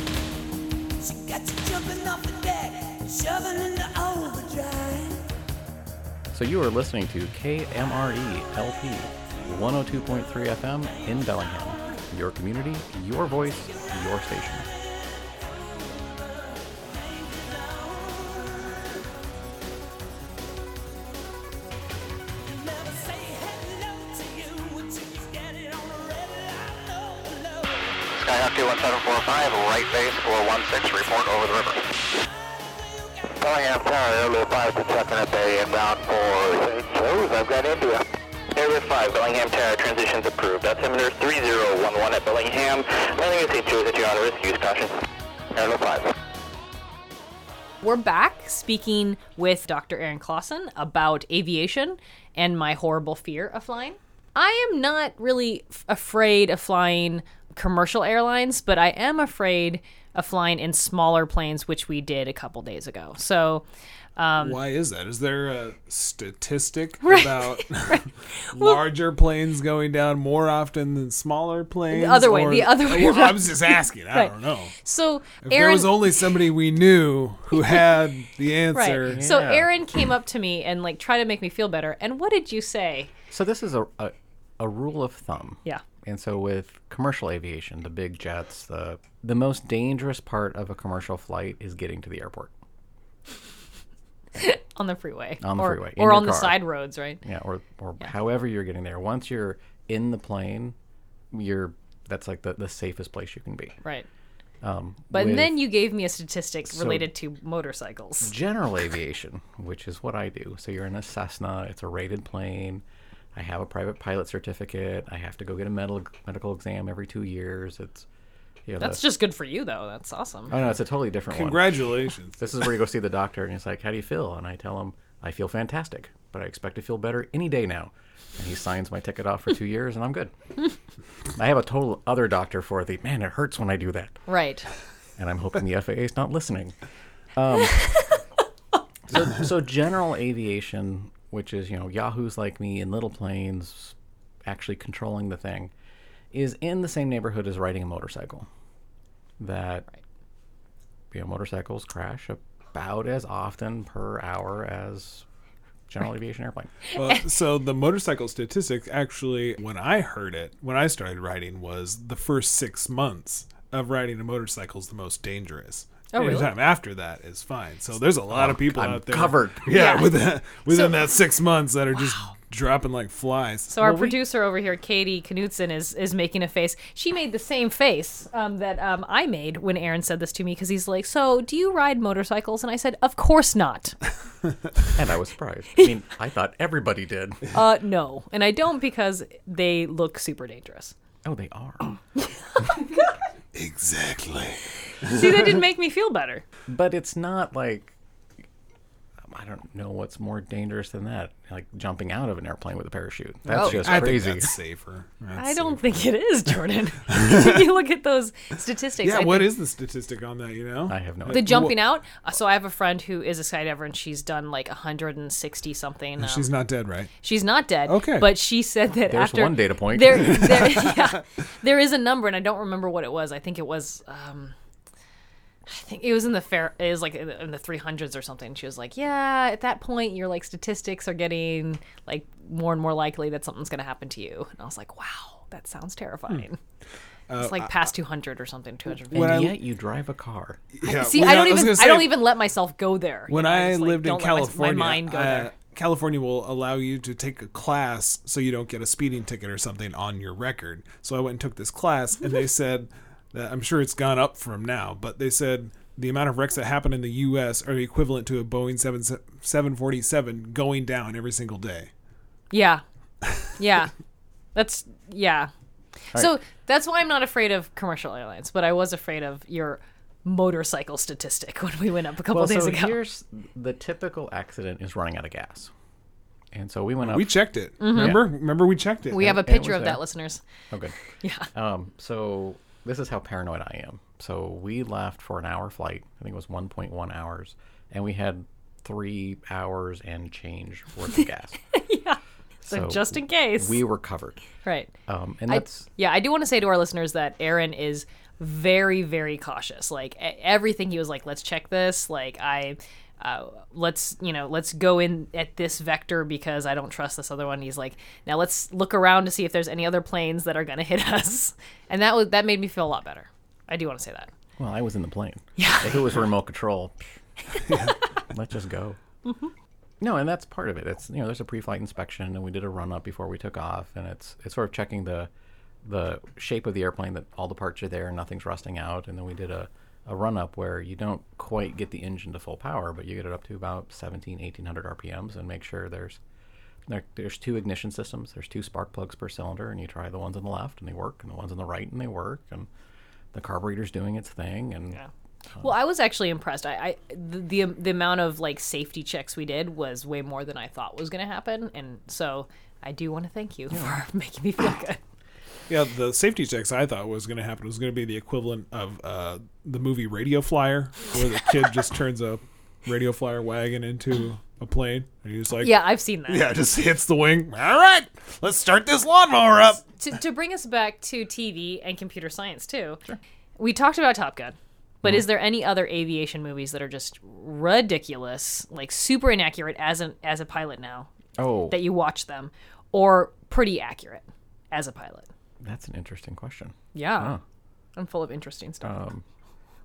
She got you jumping off the deck, shoving into overdrive. So you are listening to KMRE LP 102.3 FM in Bellingham. Your community, your voice, your station. Never say hello to you until you get it on the red light. low, low. Skyhawk 21745, right base 416, report over the river. Bellingham Tower, Airloo 5 to Chuck at Bay, inbound for St. Joe's. I've got India. Area 5, Bellingham Tower, transitions approved. Altimeter 3011 at Bellingham. Landing at St. Joe's at your honor, risk, use caution. Airloo 5. We're back speaking with Dr. Aaron Clausen about aviation and my horrible fear of flying. I am not really f- afraid of flying commercial airlines, but I am afraid of flying in smaller planes, which we did a couple days ago. So, Why is that? Is there a statistic about larger planes going down more often than smaller planes? other way, the other way Well, I around. was just asking. I Right. don't know. so If there Aaron, was only somebody we knew who had the right? answer. So Yeah. Aaron came up to me and like tried to make me feel better. And what did you say? So this is a, a a rule of thumb. Yeah. And so with commercial aviation, the big jets, the the most dangerous part of a commercial flight is getting to the airport On the freeway, On the or, freeway, in or your on the car. side roads, right? yeah or or however you're getting there once you're in the plane you're that's like the, the safest place you can be Right. um, But with then you gave me a statistic related to motorcycles. general aviation which is what i do so you're in a cessna it's a rated plane i have a private pilot certificate i have to go get a medical medical exam every two years it's you know, the- That's just good for you, though. That's awesome. oh no it's a totally different one Congratulations. This is where you go see the doctor, and he's like, "How do you feel?" And I tell him, "I feel fantastic, but I expect to feel better any day now." And he signs my ticket off for two years, and I'm good. I have a total other doctor for the man. It hurts when I do that, Right. and I'm hoping the FAA is not listening. Um, so, so general aviation, which is you know yahoos like me in little planes, actually controlling the thing, is in the same neighborhood as riding a motorcycle. That you know, motorcycles crash about as often per hour as general aviation airplane. Well, so the motorcycle statistics actually, when I heard it, when I started riding, was the first six months of riding a motorcycle is the most dangerous. Oh, really? Anytime after that is fine. So there's a lot of people Oh, I'm out there covered. Yeah, Yeah. With that, within that six months that are just dropping like flies. So our producer over here, Katie Knudsen, is is making a face. She made the same face um, that um, I made when Aaron said this to me because he's like, "So, do you ride motorcycles?" And I said, "Of course not. And I was surprised. I mean, I thought everybody did. Uh, no, and I don't because they look super dangerous." Oh, they are. exactly. See, that didn't make me feel better. But it's not like I don't know what's more dangerous than that. Like jumping out of an airplane with a parachute. That's just I think crazy. that's safer. That's I don't safer. think it is, Jordan. If you look at those statistics. Yeah, I what think- is the statistic on that? You know, I have no the idea. jumping out? Uh, So I have a friend who is a skydiver, and she's done like 160 something. um, she's not dead, right? She's not dead. Okay. But she said that There's after one data point. There, there, yeah, there is a number, and I don't remember what it was. I think it was. Um, I think it was in the fair. It was like in the in the 300s or something. She was like, "Yeah, at that point, your like statistics are getting like more and more likely that something's going to happen to you." And I was like, "Wow, that sounds terrifying." Hmm. Uh, it's like past 200 or something, 250. When I- and yet you drive a car. Yeah, See, well, I yeah, don't was even. gonna I don't say- even let myself go there. you when know, I just, like, lived in don't let my- California, my mind go uh, there. California will allow you to take a class so you don't get a speeding ticket or something on your record. So I went and took this class, and they said that I'm sure it's gone up from now, but they said the amount of wrecks that happen in the U.S. are equivalent to a Boeing 7, 747 going down every single day. Yeah. Yeah. that's yeah. So that's why I'm not afraid of commercial airlines, but I was afraid of your motorcycle statistic when we went up a couple Well, days so ago. here's the typical accident is running out of gas, and so we went up. We checked it. Remember? Remember we checked it. Mm-hmm. we have a and it picture was of there. that, listeners. oh, good. Yeah. Um, so this is how paranoid I am. So we left for an hour flight. I think it was 1.1 hours, and we had three hours and change worth of gas. So, So just in case. we were covered. right. Um, and I- that's yeah, I do want to say to our listeners that Aaron is very, very cautious. Like e- everything, he was like, "Let's check this." Like I, uh, let's you know, let's go in at this vector because I don't trust this other one. He's like, "Now let's look around to see if there's any other planes that are gonna hit us." And that was that made me feel a lot better. I do want to say that. well, I was in the plane. Yeah. If it was remote control, let's just go. No, and that's part of it. It's you know, there's a pre-flight inspection, and we did a run-up before we took off, and it's it's sort of checking the the shape of the airplane that all the parts are there and nothing's rusting out, and then we did a a run-up where you don't quite get the engine to full power, but you get it up to about 17, 1800 RPMs, and make sure there's there, there's two ignition systems, there's two spark plugs per cylinder, and you try the ones on the left and they work, and the ones on the right and they work, and the carburetor's doing its thing, and Well, I was actually impressed. I, I the, the the amount of like safety checks we did was way more than I thought was gonna happen, and so I do want to thank you for making me feel good. Yeah, the safety checks I thought was going to happen was going to be the equivalent of uh, the movie Radio Flyer, where the kid just turns a Radio Flyer wagon into a plane, and he's like, Yeah, I've seen that. yeah, just hits the wing. All right, let's start this lawnmower up. to, to bring us back to TV and computer science too, we talked about Top Gun, but is there any other aviation movies that are just ridiculous, like super inaccurate as an as a pilot now oh, that you watch them, or pretty accurate as a pilot? that's an interesting question. Yeah, I'm full of interesting Uh, stuff.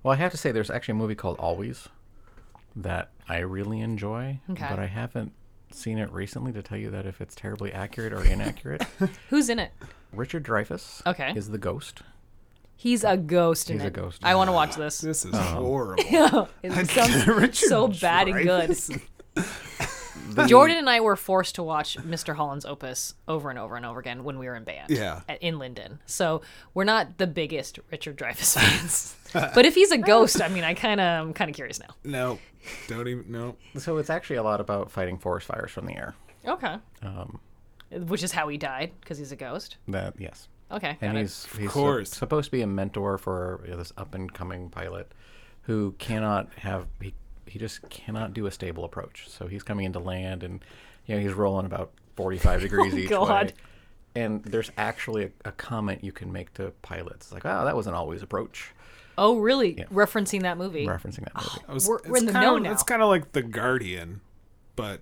Well, I have to say, there's actually a movie called Always that I really enjoy, Okay. but I haven't seen it recently to tell you that if it's terribly accurate or inaccurate. Who's in it? Richard Dreyfuss Okay. is the ghost. He's a ghost. In He's a it. ghost. I want to watch this. This is horrible. It sounds so bad and good. Jordan and I were forced to watch Mr. Holland's Opus over and over and over again when we were in band. Yeah. at- in Linden. So we're not the biggest Richard Dreyfuss fans. but if he's a ghost, I mean, I kind of, I'm kind of curious now. No, don't even. No, So it's actually a lot about fighting forest fires from the air. Okay. Which is how he died because he's a ghost. That yes, Okay. and got it. he's, he's su- course. supposed to be a mentor for you know, this up and coming pilot who cannot have he, he just cannot do a stable approach. So he's coming into land and you know he's rolling about 45 degrees each Oh, God. way. And there's actually a, a comment you can make to pilots like, "Oh, that was an always approach," oh, really? Referencing that movie. referencing that movie. I was, We're- it's we're in the kinda- know now. It's kind of like the Guardian, but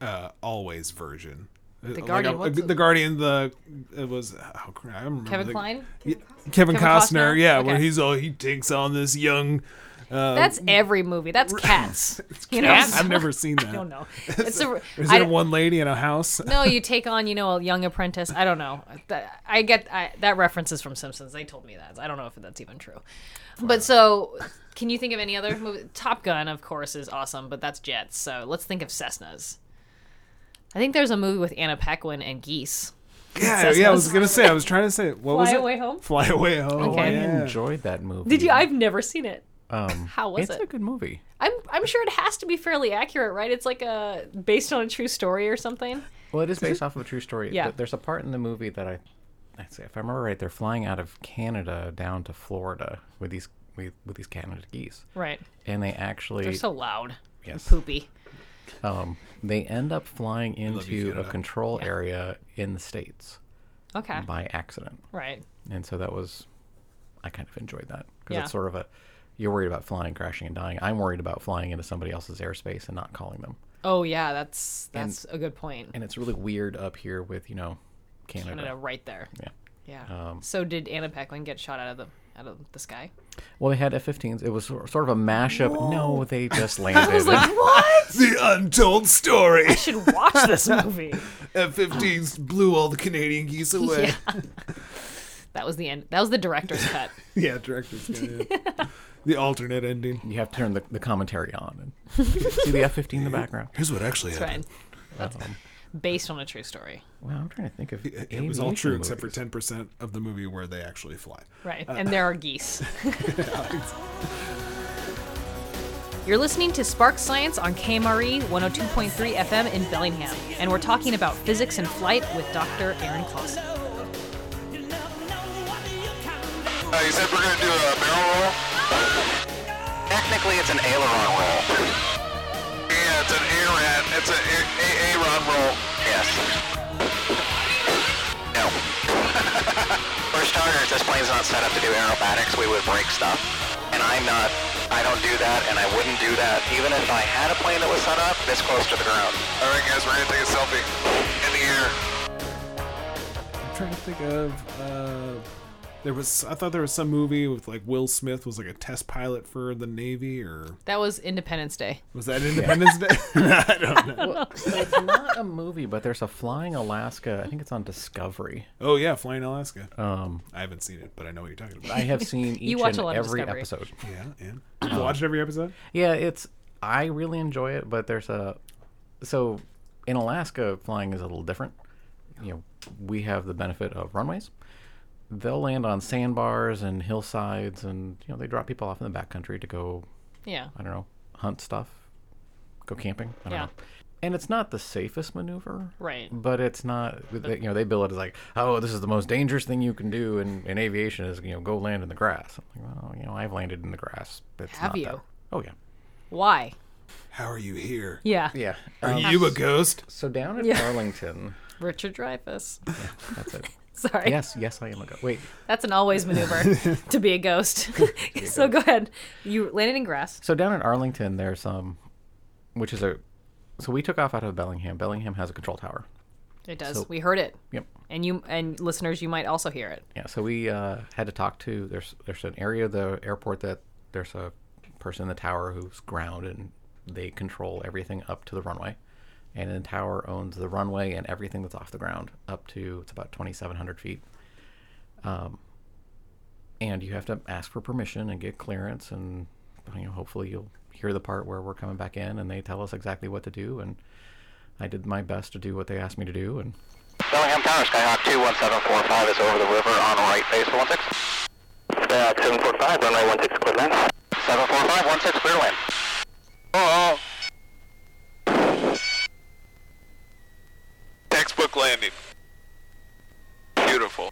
uh, always version. The Guardian, what's the Guardian. The it was oh, crap, I don't remember Kevin the- Klein? Yeah, Kevin, Kevin Costner, Costner? yeah, Okay. where he's all he takes on this young. That's every movie. That's Um, cats. you know, I've never seen that. I don't know. It's a. Is I there don't- one lady in a house? no, you take on, you know, a young apprentice. I don't know. That- I get I, that reference is from Simpsons. They told me that. I don't know if that's even true. But so, can you think of any other movie? Top Gun, of course, is awesome, but that's jets. So let's think of Cessnas. I think there's a movie with Anna Paquin and geese. Yeah, yeah. I was gonna say. I was trying to say. What was Fly it? Away Home? Fly away home. Okay. I yeah. enjoyed that movie. Did you? I've never seen it. Um, How was it's it? a good movie. I'm I'm sure it has to be fairly accurate, right? It's like a based on a true story or something. Well, it is based off of a true story. Yeah. But there's a part in the movie that I, I say, if I remember right, they're flying out of Canada down to Florida with these with, with these Canada geese, Right. and they actually They're so loud. Yes. Poopy. um, they end up flying into a Canada. control area in the states Okay. by accident, Right. and so that was, I kind of enjoyed that because Yeah. it's sort of a, you're worried about flying, crashing, and dying. I'm worried about flying into somebody else's airspace and not calling them, Oh yeah, that's that's a good point. and it's really weird up here with you know Canada. Canada right there. Yeah. Yeah. so did Anna Paquin get shot out of the out of the sky. Well, they had F-15s. It was sor- sort of a mashup. No, they just landed. What? The untold story. I should watch this movie. F-15s blew all the Canadian geese away. Yeah. That was the end. That was the director's cut. Yeah, director's cut. yeah. the alternate ending. you have to turn the, the commentary on and see the F-15 in the background. Here's what actually That's right. Um, Based on a true story. well, I'm trying to think of It, it was all true except for ten percent of the movie where they actually fly. Right. and there are geese. You're listening to Spark Science on KMRE 102.3 FM in Bellingham, and we're talking about physics and flight with Dr. Aaron Clausen. Uh, you said we're gonna do a barrel roll. Technically, it's an aileron roll. Yeah, it's an ARAD. It's an A- AARON roll. Yes. No. For starters, this plane's not set up to do aerobatics. We would break stuff. And I'm not, I don't do that, and I wouldn't do that. Even if I had a plane that was set up this close to the ground. All right, guys, we're gonna take a selfie in the air. I'm trying to think of. Uh, there was I thought there was some movie with like Will Smith was like a test pilot for the Navy or That was Independence Day. was that Independence Day? I don't know. it's not a movie, but there's a Flying Alaska. I think it's on Discovery. Oh yeah, Flying Alaska. Um, I haven't seen it, but I know what you're talking about. I have seen each watch and a lot of every Discovery. episode. yeah, yeah. You watched every episode. Yeah, it's I really enjoy it, but there's a so in Alaska flying is a little different. You know, we have the benefit of runways. They'll land on sandbars and hillsides and you know, they drop people off in the backcountry to go, Yeah. I don't know, hunt stuff, go camping, I don't Yeah. know. And it's not the safest maneuver. Right. But it's not they, you know, they bill it as like, "Oh, this is the most dangerous thing you can do in, in aviation is, you know, go land in the grass." I'm like, "Well, you know, I've landed in the grass." It's Have not you? that- Oh yeah. Why? How are you here? Yeah. Yeah. um, Are you a ghost? So down in Yeah. Arlington, Richard Dreyfus. that's it. Sorry. yes, yes, I am a ghost. Wait, That's an always maneuver to be a ghost. so go ahead. You landed in grass. so down in Arlington, there's um, which is a, so we took off out of Bellingham. Bellingham has a control tower. It does. So- we heard it. Yep. And you and listeners, you might also hear it. Yeah. So we uh, had to talk to there's there's an area of the airport that there's a person in the tower who's ground and they control everything up to the runway, and the tower owns the runway and everything that's off the ground up to it's about 2,700 feet. Um. And you have to ask for permission and get clearance, and you know hopefully you'll hear the part where we're coming back in, and they tell us exactly what to do. And I did my best to do what they asked me to do, and Bellingham Tower, Skyhawk 21745 is over the river on right base 16. Skyhawk 745, runway 16, clear land. 745, 16, clear land. Oh. Textbook landing. Beautiful.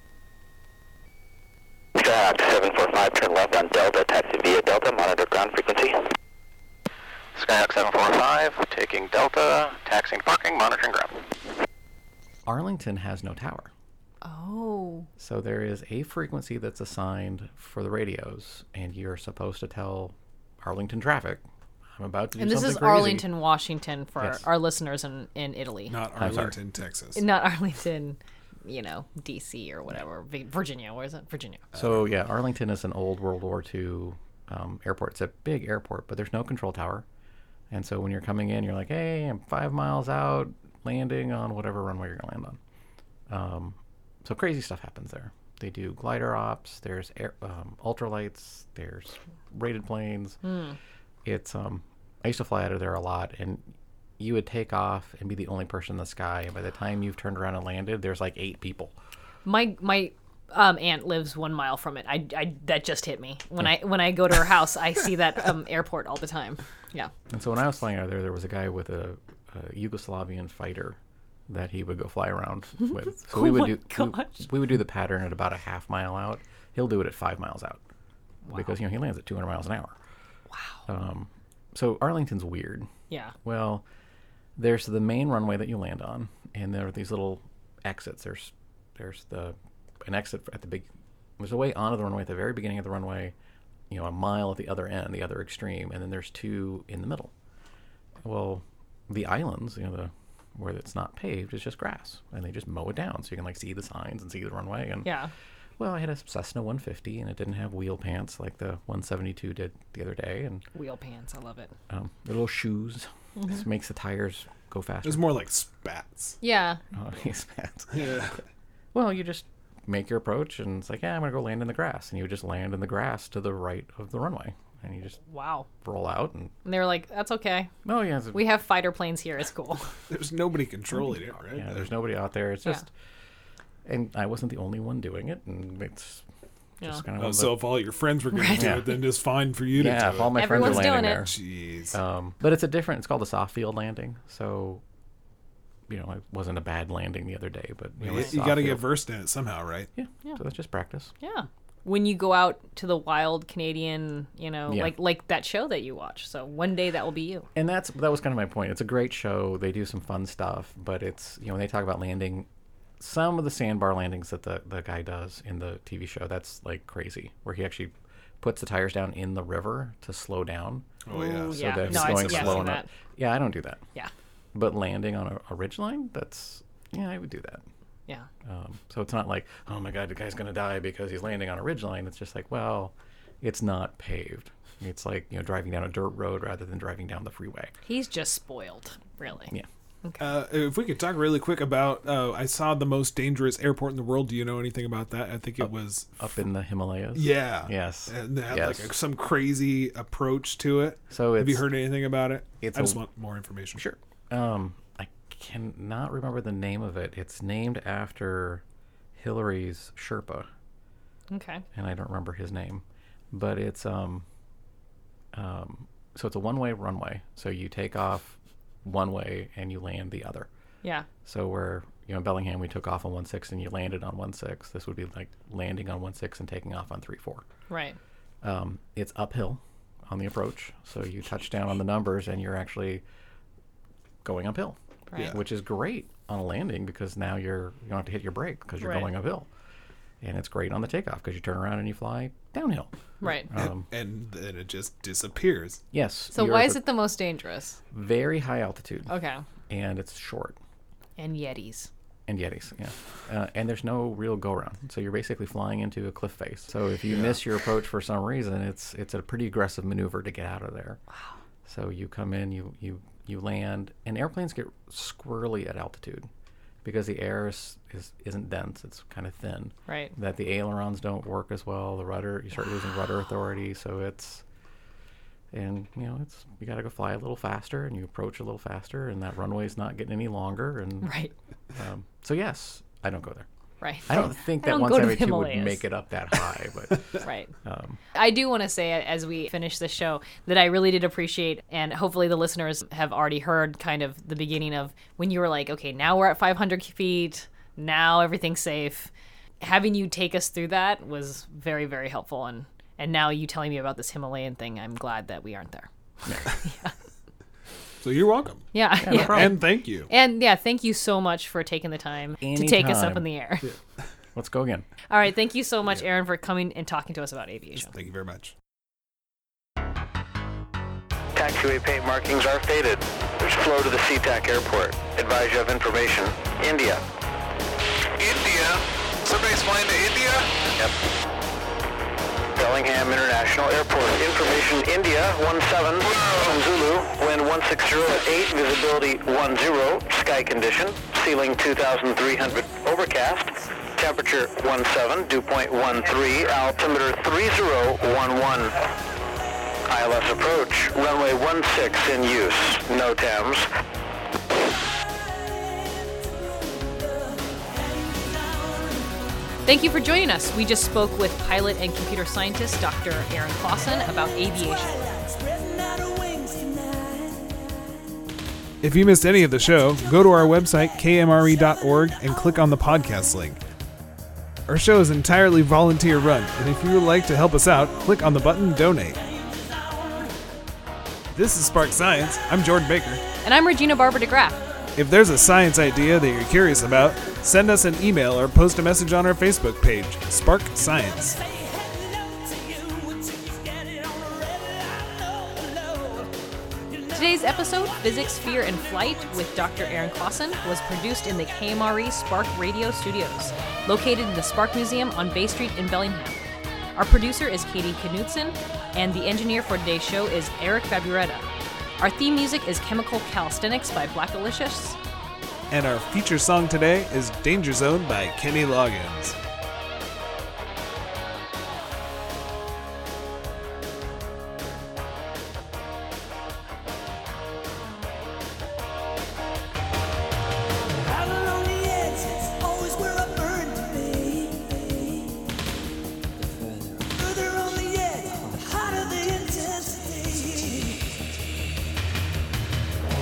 Skyhawk 745, turn left on Delta, taxi via Delta, monitor ground frequency. Skyhawk 745, taking Delta, taxing parking, monitoring ground. Arlington has no tower. Oh. So there is a frequency that's assigned for the radios, and you're supposed to tell Arlington traffic, "I'm about to do And this something is crazy." Arlington, Washington for Yes. our listeners in, in Italy. Not sorry. Arlington, Texas. Not Arlington, you know, DC or whatever. Vi- Virginia, where is it? Virginia. So yeah, Arlington is an old World War II um, airport. It's a big airport, but there's no control tower, and so when you're coming in, you're like, "Hey, I'm five miles out, landing on whatever runway you're gonna land on." Um, so crazy stuff happens there. They do glider ops. There's air, um, ultralights. There's rated planes. It's um, I used to fly out of there a lot, and you would take off and be the only person in the sky. And by the time you've turned around and landed, there's like eight people. My my um, aunt lives one mile from it. I, I that just hit me when I when I go to her house. I see that um, airport all the time. Yeah. And so when I was flying out of there, there was a guy with a, a Yugoslavian fighter that he would go fly around with. So we Oh would my do we- gosh. We, would do the pattern at about a half mile out. He'll do it at five miles out because you know he lands at 200 miles an hour. Wow. Um, so Arlington's weird. Yeah. Well, there's the main runway that you land on, and there are these little exits. There's there's the an exit at the big. There's a way onto the runway at the very beginning of the runway, you know, a mile at the other end, the other extreme, and then there's two in the middle. Well, the islands, you know, the where it's not paved, is just grass, and they just mow it down, so you can like see the signs and see the runway, and Yeah. well, I had a Cessna 150 and it didn't have wheel pants like the 172 did the other day, and Wheel pants, I love it. um, the little shoes. Mm-hmm. This makes the tires go faster. It's more like spats. Yeah, Oh, yes, Matt. Yeah. Well, you just make your approach, and it's like, yeah, I'm gonna go land in the grass, and you would just land in the grass to the right of the runway, and you just wow. roll out, and And they were like, "That's okay. oh yeah, it's- We have fighter planes here. It's cool." There's nobody controlling it, right? yeah, there's nobody out there. It's Yeah. just, and I wasn't the only one doing it, and it's Yeah. just kind of Oh, so if all your friends were going to do Yeah. it, then it's fine for you to yeah, do if all my Everyone's friends are landing doing it. there. it. Jeez. Um, but it's a different. It's called a soft field landing. So, you know, it wasn't a bad landing the other day, but you, know, you it's soft got to get field. versed in it somehow, right? yeah. So that's just practice. yeah. When you go out to the wild Canadian, you know, Yeah. like like that show that you watch. So one day that will be you. and that's that was kind of my point. It's a great show. They do some fun stuff, but it's you know when they talk about landing, some of the sandbar landings that the the guy does in the TV show that's like crazy, where he actually puts the tires down in the river to slow down. Oh, yeah. Ooh, yeah. that No, it's I've going seen- yeah, I've slow seen enough. that. Yeah, I don't do that. Yeah. But landing on a, a ridge line, that's yeah, I would do that. Yeah. Um, so it's not like oh my god, the guy's gonna die because he's landing on a ridge line. It's just like well, it's not paved. It's like you know driving down a dirt road rather than driving down the freeway. He's just spoiled, really. Yeah. Uh, if we could talk really quick about, uh, I saw the most dangerous airport in the world. Do you know anything about that? I Oh. think it was. Up in the Himalayas. Yeah. Yes. And they had Yes. like a, some crazy approach to it. So have you it's- heard anything about it? it's I just a- want more information. Sure. Um, I cannot remember the name of it. It's named after Hillary's Sherpa, Okay. and I don't remember his name, but it's um, um, so it's a one-way runway. So you take off one way and you land the other. Yeah. So where you know in Bellingham, we took off on one six and you landed on one six. This would be like landing on one six and taking off on three four. Right. Um, it's uphill on the approach, so you touch down on the numbers and you're actually going uphill, Right. Yeah. which is great on a landing because now you're you don't have to hit your brake because you're Right. going uphill, and it's great on the takeoff because you turn around and you fly downhill. Right. Um, And then it just disappears. yes. so you're why at is the it the most dangerous? very high altitude Okay. and it's short? And Yetis. and Yetis. Yeah, uh, and there's no real go around, so you're basically flying into a cliff face. So if you miss your approach for some reason, it's it's a pretty aggressive maneuver to get out of there. Wow. So you come in, you you you land, and airplanes get squirrely at altitude because the air is, is isn't dense; it's kind of thin. Right. That the ailerons don't work as well. The rudder you start losing rudder authority, so it's and you know it's you got to go fly a little faster and you approach a little faster and that runway's not getting any longer and Right. um, so yes, I don't go there. Right. I don't think Oh, I that don't once go to every the two would Himalayas. make it up that high, but Right. I do want to say, as we finish the show, that I really did appreciate, and hopefully the listeners have already heard kind of the beginning of when you were like, okay, now we're at 500 feet, now everything's safe. Having you take us through that was very, very helpful. And, and now you telling me about this Himalayan thing, I'm glad that we aren't there. So you're welcome. Yeah. Yeah. And thank you. And yeah, thank you so much for taking the time to take us up Anytime. in the air. let's go again. All right. Thank you so much, Aaron, for coming and talking to us about aviation. Thank you very much. Taxiway paint markings are faded. There's flow to the SeaTac airport. Advise you of information. India. India? Somebody's flying to India? Yep. Bellingham International Airport. Information India 17 from Zulu. Wind 160 at 8. Visibility 10. Sky condition. Ceiling 2,300. Overcast. Temperature 17. Dew point 13. Altimeter 3011. ILS approach. Runway 16 in use. No TAMS. Thank you for joining us. We just spoke with pilot and computer scientist Dr. Aaron Clausen about aviation. Twilight, spreading out her wings tonight. If you missed any of the show, go to our website, kmre.org, E and click on the podcast link. Our show is entirely volunteer run, and if you would like to help us out, click on the button Donate. This is Spark Science. I'm Jordan Baker. And I'm Regina Barber DeGraff. If there's a science idea that you're curious about, send us an email or post a message on our Facebook page, Spark Science. Say hello to you until you get it on the red. I know, love, you know. Today's episode, Physics, Fear, and Flight, with Dr. Aaron Clausen, was produced in the KMRE E Spark Radio Studios, located in the Spark Museum on Bay Street in Bellingham. Our producer is Katie Knudsen, and the engineer for today's show is Eric Faburetta. Our theme music is Chemical Calisthenics by Black Alicious. And our feature song today is Danger Zone by Kenny Loggins. Out along the edge, it's always where I burn to be. Further on the edge, the hotter the intensity.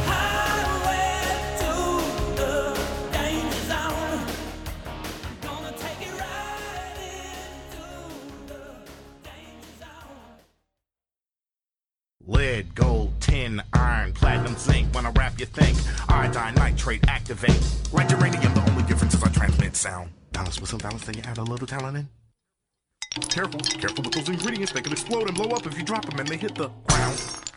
Highway to the danger zone. Gonna take it right into the danger zone. Lead, gold, tin, iron, platinum, zinc. When I rap, you think iodine, nitrate, activate. Like uranium, the only difference is I transmit sound. Balance with some balance, then you add a little talent in. Careful, careful with those ingredients. They can explode and blow up if you drop them and they hit the ground.